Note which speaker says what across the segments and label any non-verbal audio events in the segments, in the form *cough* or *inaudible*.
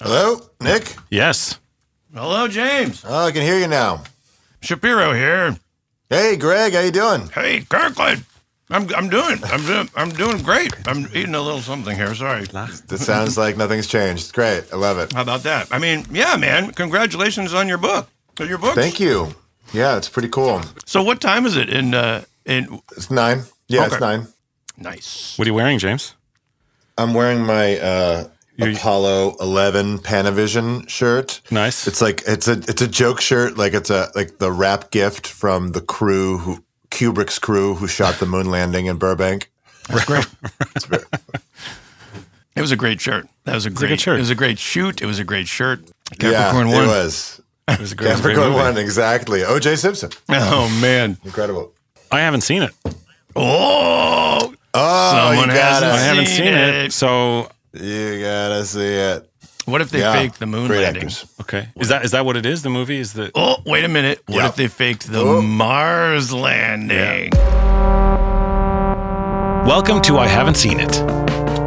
Speaker 1: Hello, Nick.
Speaker 2: Yes.
Speaker 3: Hello, James.
Speaker 1: Oh, I can hear you now.
Speaker 3: Shapiro here.
Speaker 1: Hey, Greg, how you doing?
Speaker 3: Hey, Kirkland. I'm, I'm doing I'm doing I'm doing great. I'm eating a little something here. Sorry.
Speaker 1: That sounds like nothing's changed. Great, I love it.
Speaker 3: How about that? I mean, yeah, man. Congratulations on your book. On Your book.
Speaker 1: Thank you. Yeah, it's pretty cool.
Speaker 3: So, what time is it in uh in?
Speaker 1: It's nine. Yeah, it's
Speaker 3: Okay.
Speaker 1: nine.
Speaker 3: Nice.
Speaker 2: What are you wearing,
Speaker 3: *laughs*
Speaker 2: James?
Speaker 1: I'm wearing my uh,
Speaker 2: You-
Speaker 1: Apollo 11 Panavision shirt.
Speaker 2: Nice.
Speaker 1: It's like it's a it's a joke shirt. Like it's a like the wrap gift from the crew who Kubrick's crew who shot the moon landing in Burbank.
Speaker 3: It was a great shirt. That was a
Speaker 2: a
Speaker 3: great
Speaker 2: good shirt.
Speaker 3: It was a great shoot. It was a great shirt.
Speaker 1: yeah,
Speaker 3: Capricorn
Speaker 1: it
Speaker 3: one.
Speaker 1: was.
Speaker 2: It was a great- great
Speaker 1: Capricorn
Speaker 2: movie.
Speaker 1: one, exactly. OJ Simpson,
Speaker 3: *laughs* Oh man.
Speaker 1: incredible.
Speaker 2: I haven't seen it.
Speaker 3: Oh.
Speaker 1: Oh,
Speaker 3: Someone
Speaker 1: you gotta,
Speaker 2: I
Speaker 3: hasn't
Speaker 2: haven't
Speaker 3: Seen
Speaker 2: seen it.
Speaker 3: it.
Speaker 2: So
Speaker 1: you gotta see it.
Speaker 3: What if they
Speaker 1: Yeah,
Speaker 3: faked the moon
Speaker 1: Great
Speaker 3: landing?
Speaker 1: actors.
Speaker 2: okay, is that is that what it is? The movie is the
Speaker 3: Oh, wait a minute. What
Speaker 1: Yeah.
Speaker 3: if they faked the
Speaker 1: Oh.
Speaker 3: Mars landing?
Speaker 2: Welcome to I Haven't Seen It,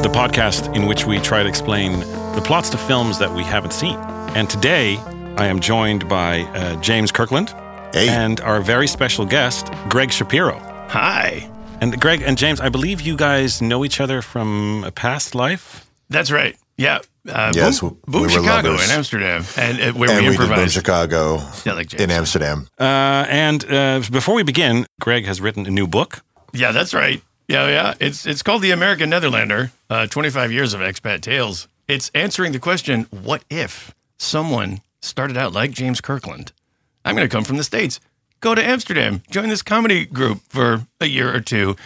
Speaker 2: the podcast in which we try to explain the plots to films that we haven't seen. And today, I am joined by uh, James Kirkland
Speaker 1: Hey.
Speaker 2: and our very special guest, Greg Shapiro.
Speaker 3: Hi.
Speaker 2: And Greg and James, I believe you guys know each other from a past life.
Speaker 3: That's right. Yeah. Uh,
Speaker 1: Yes,
Speaker 3: Boom,
Speaker 1: we-
Speaker 3: Boom
Speaker 1: we were
Speaker 3: Chicago
Speaker 1: lovers.
Speaker 3: in Amsterdam, and uh, where
Speaker 1: and
Speaker 3: we
Speaker 1: we did in
Speaker 3: improvised.
Speaker 1: Chicago
Speaker 3: Yeah, like James.
Speaker 1: in Amsterdam.
Speaker 2: Uh, and uh, before we begin, Greg has written a new book.
Speaker 3: yeah, that's right. Yeah, yeah. It's it's called The American Netherlander: uh, Twenty Five Years of Expat Tales. It's answering the question: What if someone started out like James Kirkland? I'm going to come from the states, go to Amsterdam, join this comedy group for a year or two,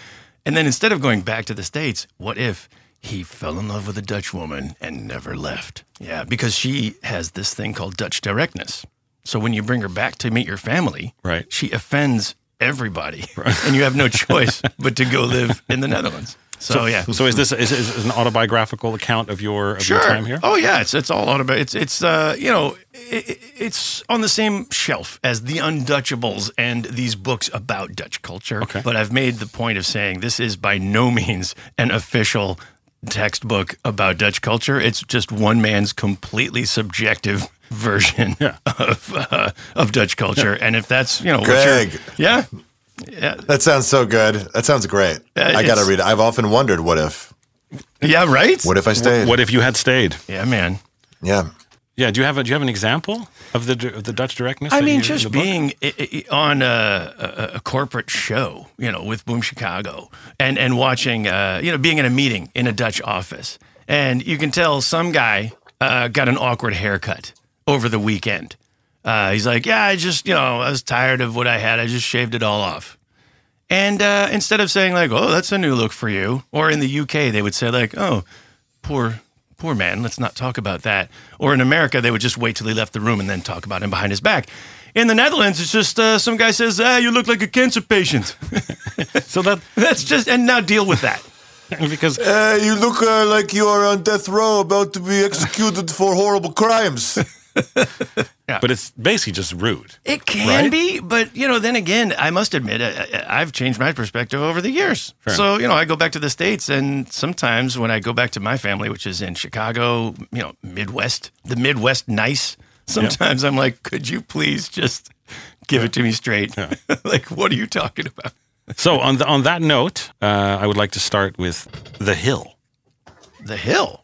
Speaker 3: and then instead of going back to the states, what if? He fell in love with a Dutch woman and never left. Yeah, because she has this thing called Dutch directness. So when you bring her back to meet your family,
Speaker 2: Right.
Speaker 3: she offends
Speaker 2: *laughs*
Speaker 3: everybody, and you have no choice but to go live in the Netherlands. So, yeah,
Speaker 2: So is this is, is an autobiographical account of your of your
Speaker 3: sure.
Speaker 2: time here?
Speaker 3: Oh yeah, it's it's all automatic. It's it's uh you know it, it's on the same shelf as the Undutchables and these books about Dutch culture.
Speaker 2: Okay.
Speaker 3: But I've made the point of saying this is by no means an official textbook about Dutch culture. It's just one man's completely subjective *laughs* version of uh, of Dutch culture. And if that's you know what you're-
Speaker 1: Greg.
Speaker 3: yeah. Yeah,
Speaker 1: That sounds so good. That sounds great. I gotta
Speaker 3: it's-
Speaker 1: read it. I've often wondered what if.
Speaker 3: yeah, right.
Speaker 1: What if I stayed?
Speaker 2: What if you had stayed?
Speaker 3: Yeah, man.
Speaker 1: yeah.
Speaker 2: Yeah. Do you have a, do you have an example of the of the Dutch directness?
Speaker 3: I
Speaker 2: that
Speaker 3: mean,
Speaker 2: you- the
Speaker 3: just
Speaker 2: book?
Speaker 3: being i- i- on a, a, a corporate show, you know, with Boom Chicago, and and watching, uh, you know, being in a meeting in a Dutch office, and you can tell some guy uh, got an awkward haircut over the weekend. Uh, he's like, yeah, I just, you know, I was tired of what I had. I just shaved it all off. And uh, instead of saying like, "Oh, that's a new look for you," or in the UK they would say like, "Oh, poor, poor man, let's not talk about that." Or in America they would just wait till he left the room and then talk about him behind his back. In the Netherlands, it's just uh, some guy says, "Ah, you look like a cancer patient." *laughs*
Speaker 2: so that
Speaker 3: That's just and now deal with that.
Speaker 2: *laughs* because
Speaker 1: Uh, you look uh, like you are on death row, about to be executed for horrible crimes.
Speaker 2: but it's basically just rude.
Speaker 3: It can
Speaker 2: Right?
Speaker 3: be, but you know, then again, I must admit, I, I- I've changed my perspective over the years. So you know, I go back to the states, and sometimes when I go back to my family, which is in Chicago, you know, Midwest, the Midwest, nice. Sometimes I'm like, could you please just give it to me straight? *laughs* like, what are you talking about?
Speaker 2: So on the, on that note, uh, I would like to start with The Hill,
Speaker 3: The hill.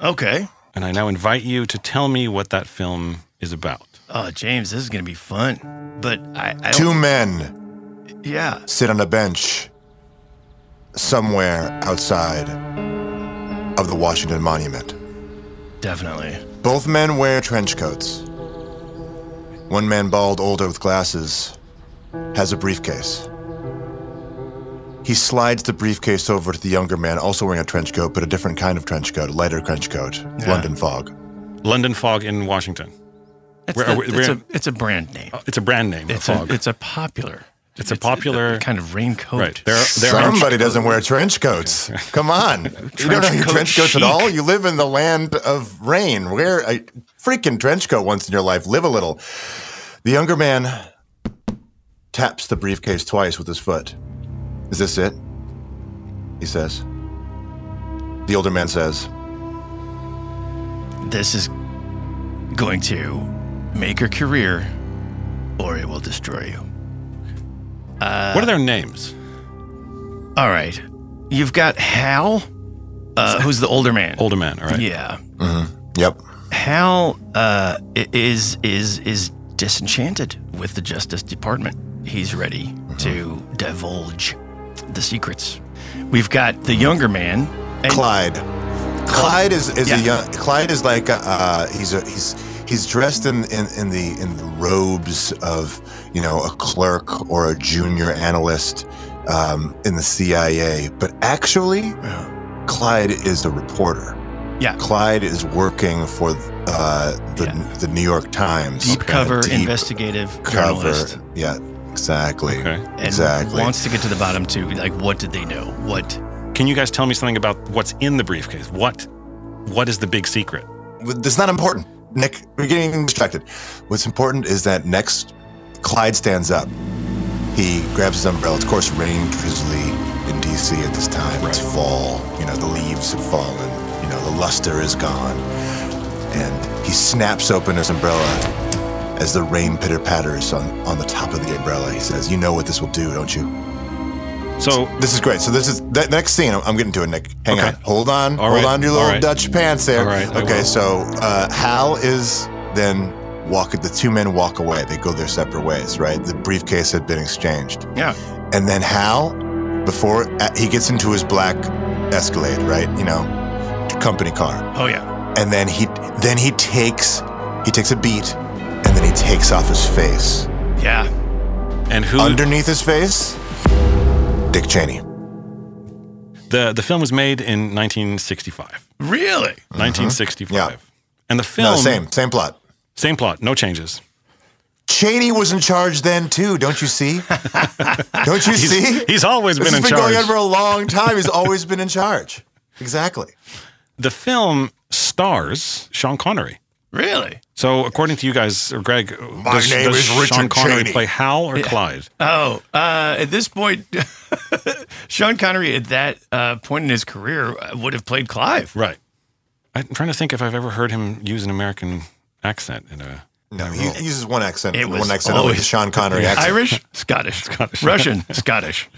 Speaker 3: Okay.
Speaker 2: and I now invite you to tell me what that film is about.
Speaker 3: Oh, James, this is gonna be fun. But I, I
Speaker 1: *laughs* Two
Speaker 3: don't,
Speaker 1: men
Speaker 3: yeah.
Speaker 1: sit on a bench somewhere outside of the Washington Monument.
Speaker 3: Definitely.
Speaker 1: Both men wear trench coats. One man, bald, older with glasses, has a briefcase. He slides the briefcase over to the younger man, also wearing a trench coat, but a different kind of trench coat, a lighter trench coat, London fog.
Speaker 2: London Fog in Washington.
Speaker 3: It's,
Speaker 2: Where are
Speaker 3: the-
Speaker 2: we-
Speaker 3: it's
Speaker 2: where-
Speaker 3: a, it's a brand name.
Speaker 2: It's a brand name.
Speaker 3: It's
Speaker 2: Fog.
Speaker 3: a, it's a popular.
Speaker 2: It's a popular-
Speaker 3: kind of raincoat.
Speaker 2: right. There are, there are
Speaker 1: Somebody doesn't wear trench coats.
Speaker 3: *laughs*
Speaker 1: Come on. you don't
Speaker 3: Trench
Speaker 1: know your
Speaker 3: coat
Speaker 1: trench coats at
Speaker 3: chic.
Speaker 1: all? You live in the land of rain. Wear a freaking trench coat once in your life. Live a little. The younger man taps the briefcase twice with his foot. Is this it? He says. The older man says,
Speaker 3: This is going to make her career, or it will destroy you.
Speaker 2: what are their names?
Speaker 3: All right. You've got Hal, uh, who's the older man.
Speaker 2: Older man, all right.
Speaker 3: Yeah.
Speaker 1: Yep.
Speaker 3: Hal uh, i- is is is disenchanted with the Justice Department. He's ready to
Speaker 1: Mm-hmm.
Speaker 3: divulge the secrets. We've got the younger man. and-
Speaker 1: Clyde. Clyde is, is
Speaker 3: Yeah.
Speaker 1: a young. Clyde is like uh, he's a he's he's dressed in, in in the in the robes of you know a clerk or a junior analyst um, in the CIA, but actually, Clyde is a reporter.
Speaker 3: Yeah.
Speaker 1: Clyde is working for uh, the
Speaker 3: Yeah.
Speaker 1: the New York Times.
Speaker 3: Deep cover
Speaker 1: Deep
Speaker 3: investigative
Speaker 1: cover.
Speaker 3: journalist.
Speaker 1: Yeah, exactly.
Speaker 2: Okay.
Speaker 3: And
Speaker 1: Exactly.
Speaker 3: wants to get to the bottom too. Like, what did they know? What?
Speaker 2: Can you guys tell me something about what's in the briefcase? What what is the big secret?
Speaker 1: That's not important. Nick, we're getting distracted. What's important is that next, Clyde stands up. He grabs his umbrella. It's, of course, rain, drizzly in D.C. at this time. It's fall. You know, the leaves have fallen. You know, the luster is gone. And he snaps open his umbrella as the rain pitter patters on, on the top of the umbrella. He says, You know what this will do, don't you?
Speaker 2: So
Speaker 1: This is great. So this is that next scene. I'm, I'm getting to it, Nick. Hang
Speaker 2: Okay.
Speaker 1: on. Hold on.
Speaker 2: All
Speaker 1: Hold
Speaker 2: right.
Speaker 1: on to your
Speaker 2: All
Speaker 1: little
Speaker 2: right.
Speaker 1: Dutch pants there.
Speaker 2: All right, I
Speaker 1: Okay.
Speaker 2: will.
Speaker 1: So uh, Hal is then walk. The two men walk away. They go their separate ways. Right. The briefcase had been exchanged,
Speaker 3: Yeah.
Speaker 1: and then Hal, before uh, he gets into his black Escalade, right? You know, company car,
Speaker 3: Oh yeah.
Speaker 1: and then he then he takes he takes a beat, and then he takes off his face.
Speaker 3: Yeah.
Speaker 2: and who
Speaker 1: Underneath his face, Dick Cheney.
Speaker 2: the the film was made in 1965.
Speaker 3: Really?
Speaker 2: 1965.
Speaker 1: Uh-huh. Yeah.
Speaker 2: And the
Speaker 1: No,
Speaker 2: film
Speaker 1: same same plot.
Speaker 2: same plot, no changes.
Speaker 1: Cheney was in charge then too. Don't you
Speaker 2: *laughs*
Speaker 1: see? don't you see?
Speaker 2: He's always
Speaker 1: this
Speaker 2: been
Speaker 1: has
Speaker 2: in
Speaker 1: been
Speaker 2: charge.
Speaker 1: going on for a long time. He's always been in charge. Exactly.
Speaker 2: the film stars Sean Connery.
Speaker 3: Really?
Speaker 2: So according to you guys or Greg, My
Speaker 1: name is
Speaker 2: Sean
Speaker 1: Richard
Speaker 2: Connery
Speaker 1: Cheney.
Speaker 2: play Hal or Clyde?
Speaker 3: Oh, uh, at this point, *laughs* Sean Connery at that uh, point in his career uh, would have played Clive.
Speaker 2: Right. I'm trying to think if I've ever heard him use an American accent in a
Speaker 1: No, he he uses one accent.
Speaker 3: It was
Speaker 1: one accent only,
Speaker 3: always-
Speaker 1: the Sean Connery accent.
Speaker 3: Irish, Scottish, Russian, Scottish,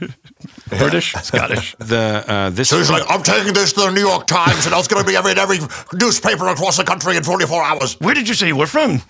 Speaker 3: British, Scottish.
Speaker 2: the uh, this
Speaker 1: So he's like, I'm taking this to the New York Times, and it's going to be every, in every newspaper across the country in 44 hours.
Speaker 3: Where did you say you were from?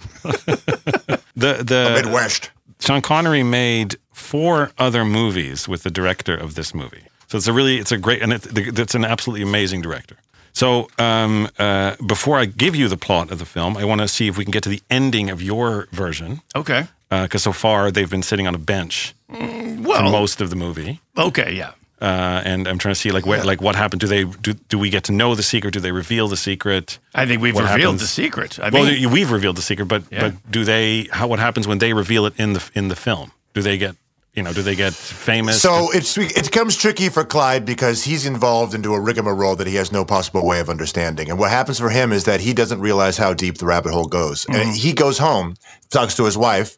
Speaker 2: the the
Speaker 1: Midwest.
Speaker 2: Sean Connery made four other movies with the director of this movie. So it's a really it's a great and it's it's an absolutely amazing director. So um, uh, before I give you the plot of the film, I want to see if we can get to the ending of your version
Speaker 3: Okay.
Speaker 2: because so far they've been sitting on a bench
Speaker 3: Well,
Speaker 2: most of the movie.
Speaker 3: okay, yeah.
Speaker 2: Uh, and I'm trying to see like where, like what happened. Do they do, do we get to know the secret? Do they reveal the secret?
Speaker 3: I think we've
Speaker 2: What
Speaker 3: revealed
Speaker 2: happens-
Speaker 3: the secret. I
Speaker 2: well,
Speaker 3: mean,
Speaker 2: you- we've revealed the secret, but
Speaker 3: Yeah.
Speaker 2: but do they? How what happens when they reveal it in the in the film? Do they get you know? Do they get famous?
Speaker 1: So it's it becomes tricky for Clyde because he's involved into a rigmarole that he has no possible way of understanding. And what happens for him is that he doesn't realize how deep the rabbit hole goes. And he goes home, talks to his wife,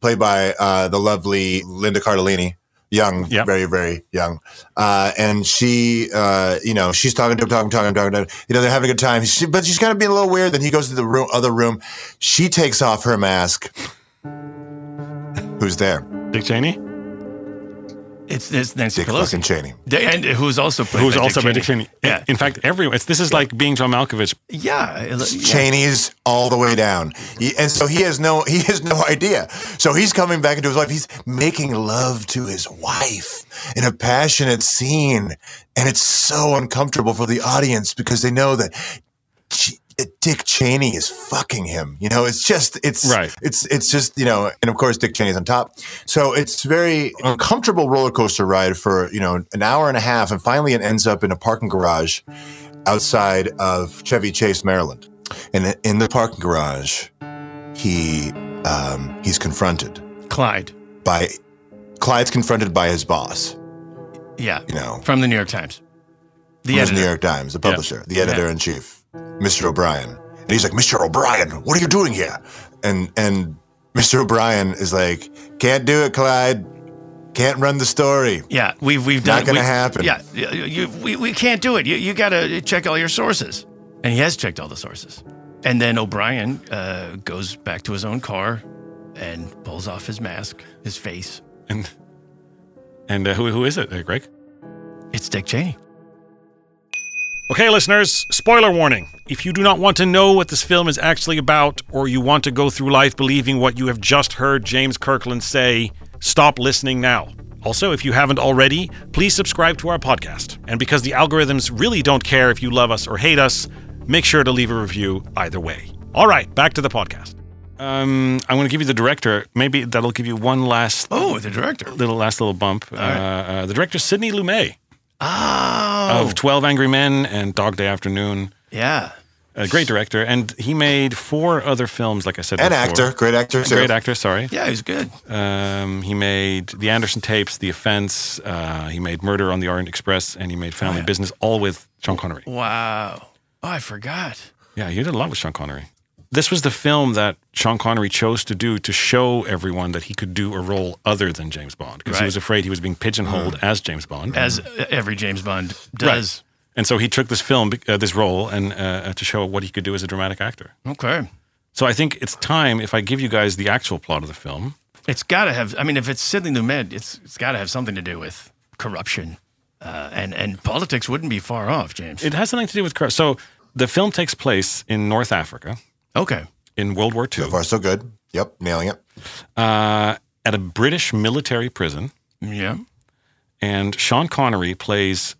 Speaker 1: played by uh, the lovely Linda Cardellini, young,
Speaker 2: Yep.
Speaker 1: very very young. Uh, and she, uh, you know, she's talking to him, talking, talking, talking, talking. You know, they're having a good time. She, but she's kind of being a little weird. Then he goes to the room, other room. She takes off her mask. Who's there?
Speaker 2: Dick Cheney,
Speaker 3: it's, it's Nancy
Speaker 1: Dick fucking
Speaker 3: Pelosi,
Speaker 1: Cheney.
Speaker 3: They- and who's also played
Speaker 2: who's
Speaker 3: by
Speaker 2: also by
Speaker 3: Dick
Speaker 2: Dick Cheney.
Speaker 3: Yeah,
Speaker 2: In fact, everyone. It's, this is like being John Malkovich.
Speaker 3: yeah, it- yeah.
Speaker 1: Cheney's all the way down, He- and so he has no *laughs* he has no idea. So he's coming back into his life. He's making love to his wife in a passionate scene, and it's so uncomfortable for the audience because they know that Ch- that Dick Cheney is fucking him. You know, it's just it's
Speaker 2: Right.
Speaker 1: It's it's just you know, and of course Dick Cheney's on top. So it's very uncomfortable roller coaster ride for you know an hour and a half, and finally it ends up in a parking garage outside of Chevy Chase, Maryland. And in the parking garage, he um, he's confronted
Speaker 3: Clyde.
Speaker 1: by Clyde's confronted by his boss.
Speaker 3: Yeah,
Speaker 1: You know,
Speaker 3: from the New York Times. The
Speaker 1: from his New
Speaker 3: editor.
Speaker 1: York Times, the publisher, the editor in chief, Mr. O'Brien. And he's like, Mr. O'Brien, what are you doing here? And and Mr. O'Brien is like, can't do it, Clyde. Can't run the story.
Speaker 3: Yeah, we've we've done.
Speaker 1: Not gonna
Speaker 3: we-
Speaker 1: happen.
Speaker 3: Yeah, you, you, we we can't do it. You you gotta check all your sources, and he has checked all the sources. And then O'Brien uh, goes back to his own car and pulls off his mask, his face.
Speaker 2: And and uh, who who is it, uh, Greg?
Speaker 3: It's Dick Cheney.
Speaker 2: Okay, listeners, spoiler warning. If you do not want to know what this film is actually about, or you want to go through life believing what you have just heard James Kirkland say, stop listening now. Also, if you haven't already, please subscribe to our podcast. And because the algorithms really don't care if you love us or hate us, make sure to leave a review either way. All right, back to the podcast. Um, I'm going to give you the director. Maybe that'll give you one last
Speaker 3: Oh, the director.
Speaker 2: little last little bump. Uh, uh, the director Sidney Lumet
Speaker 3: Oh,
Speaker 2: of Twelve Angry Men and Dog Day Afternoon.
Speaker 3: yeah.
Speaker 2: A great director, and he made four other films. Like I said,
Speaker 1: An
Speaker 2: before.
Speaker 1: actor, great actor too.
Speaker 2: great actor. Sorry,
Speaker 3: Yeah, he's good.
Speaker 2: um, he made The Anderson Tapes, The Offense. Uh, he made Murder on the Orient Express, and he made
Speaker 1: Oh,
Speaker 2: Family Business, all with Sean Connery.
Speaker 3: Wow. Oh, I forgot.
Speaker 2: Yeah, he did a lot with Sean Connery. This was the film that Sean Connery chose to do to show everyone that he could do a role other than James Bond because he
Speaker 3: Right.
Speaker 2: was afraid he was being pigeonholed
Speaker 1: Mm.
Speaker 2: as James Bond.
Speaker 3: As uh, every James Bond does.
Speaker 2: And so he took this film, uh, this role, and uh, uh, to show what he could do as a dramatic actor.
Speaker 3: Okay.
Speaker 2: So I think it's time if I give you guys the actual plot of the film.
Speaker 3: It's got to have. I mean, if it's Sidney Lumet, it's it's got to have something to do with corruption, uh, and and politics wouldn't be far off, James.
Speaker 2: It has something to do with corrupt- so the film takes place in North Africa
Speaker 3: okay.
Speaker 2: in World War
Speaker 1: So
Speaker 2: II
Speaker 1: far, so good. Yep, nailing it.
Speaker 2: uh, at a British military prison,
Speaker 3: Yeah.
Speaker 2: and Sean Connery plays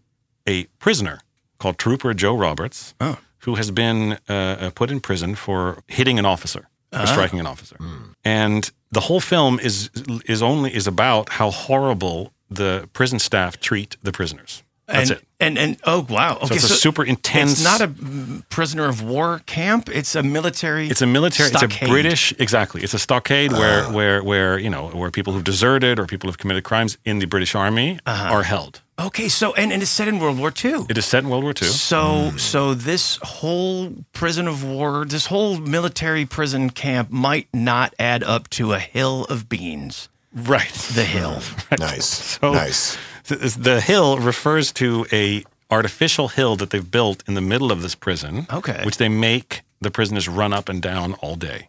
Speaker 2: a prisoner called Trooper Joe Roberts,
Speaker 3: Oh.
Speaker 2: who has been uh, uh, put in prison for hitting an officer, for striking an officer, and the whole film is is only is about how horrible the prison staff treat the prisoners. That's
Speaker 3: and,
Speaker 2: it.
Speaker 3: And and oh wow. Okay.
Speaker 2: So it's a super intense.
Speaker 3: It's not a mm, prisoner of war camp. It's a military.
Speaker 2: It's a military. It's a
Speaker 3: stockade.
Speaker 2: British. Exactly. It's a stockade where where where you know where people who've deserted or people who've committed crimes in the British Army are held.
Speaker 3: Okay. So and, and it's set in World War II.
Speaker 2: It is set in World War II.
Speaker 3: So so this whole prison of war, this whole military prison camp might not add up to a hill of beans.
Speaker 2: *laughs* Right.
Speaker 3: The hill.
Speaker 1: Nice,
Speaker 2: So-
Speaker 1: nice.
Speaker 2: Th- The hill refers to a artificial hill that they've built in the middle of this prison.
Speaker 3: Okay.
Speaker 2: Which they make the prisoners run up and down all day.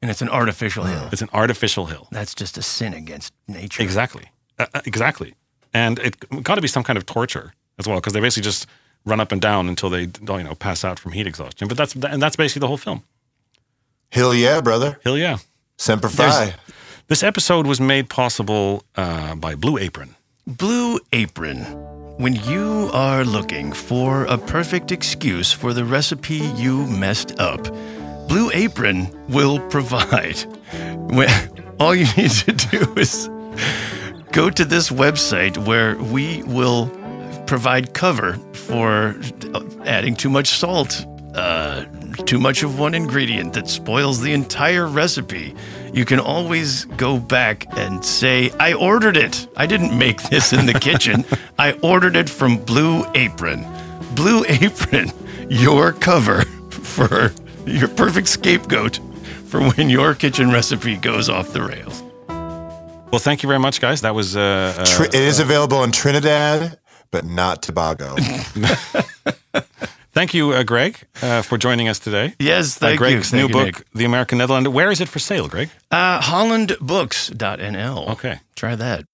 Speaker 3: and it's an artificial hill.
Speaker 2: It's an artificial hill.
Speaker 3: That's just a sin against nature.
Speaker 2: Exactly. Uh, uh, exactly. And it got to be some kind of torture as well because they basically just run up and down until they you know pass out from heat exhaustion. But that's and that's basically the whole film.
Speaker 1: Hill, yeah, brother.
Speaker 2: Hell yeah.
Speaker 1: Semper Fi.
Speaker 2: This episode was made possible uh, by Blue Apron.
Speaker 3: Blue Apron. When you are looking for a perfect excuse for the recipe you messed up, Blue Apron will provide. *laughs* When, all you need to do is go to this website where we will provide cover for adding too much salt, uh, too much of one ingredient that spoils the entire recipe. You can always go back and say, I ordered it. I didn't make this in the
Speaker 2: *laughs*
Speaker 3: kitchen. I ordered it from Blue Apron. Blue Apron, *laughs* your cover for your perfect scapegoat for when your kitchen recipe goes off the rails.
Speaker 2: Well, thank you very much, guys. That was uh, uh,
Speaker 1: Tri- it is available in Trinidad, but not
Speaker 2: *laughs*
Speaker 1: Tobago.
Speaker 2: thank you, uh, Greg, uh, for joining us today.
Speaker 3: Yes,
Speaker 2: Uh,
Speaker 3: thank you.
Speaker 2: Greg's
Speaker 3: Thank
Speaker 2: new
Speaker 3: you,
Speaker 2: book,
Speaker 3: Nick.
Speaker 2: The American Netherlands. Where is it for sale, Greg?
Speaker 3: Uh, hollandbooks.nl.
Speaker 2: Okay.
Speaker 3: Try that.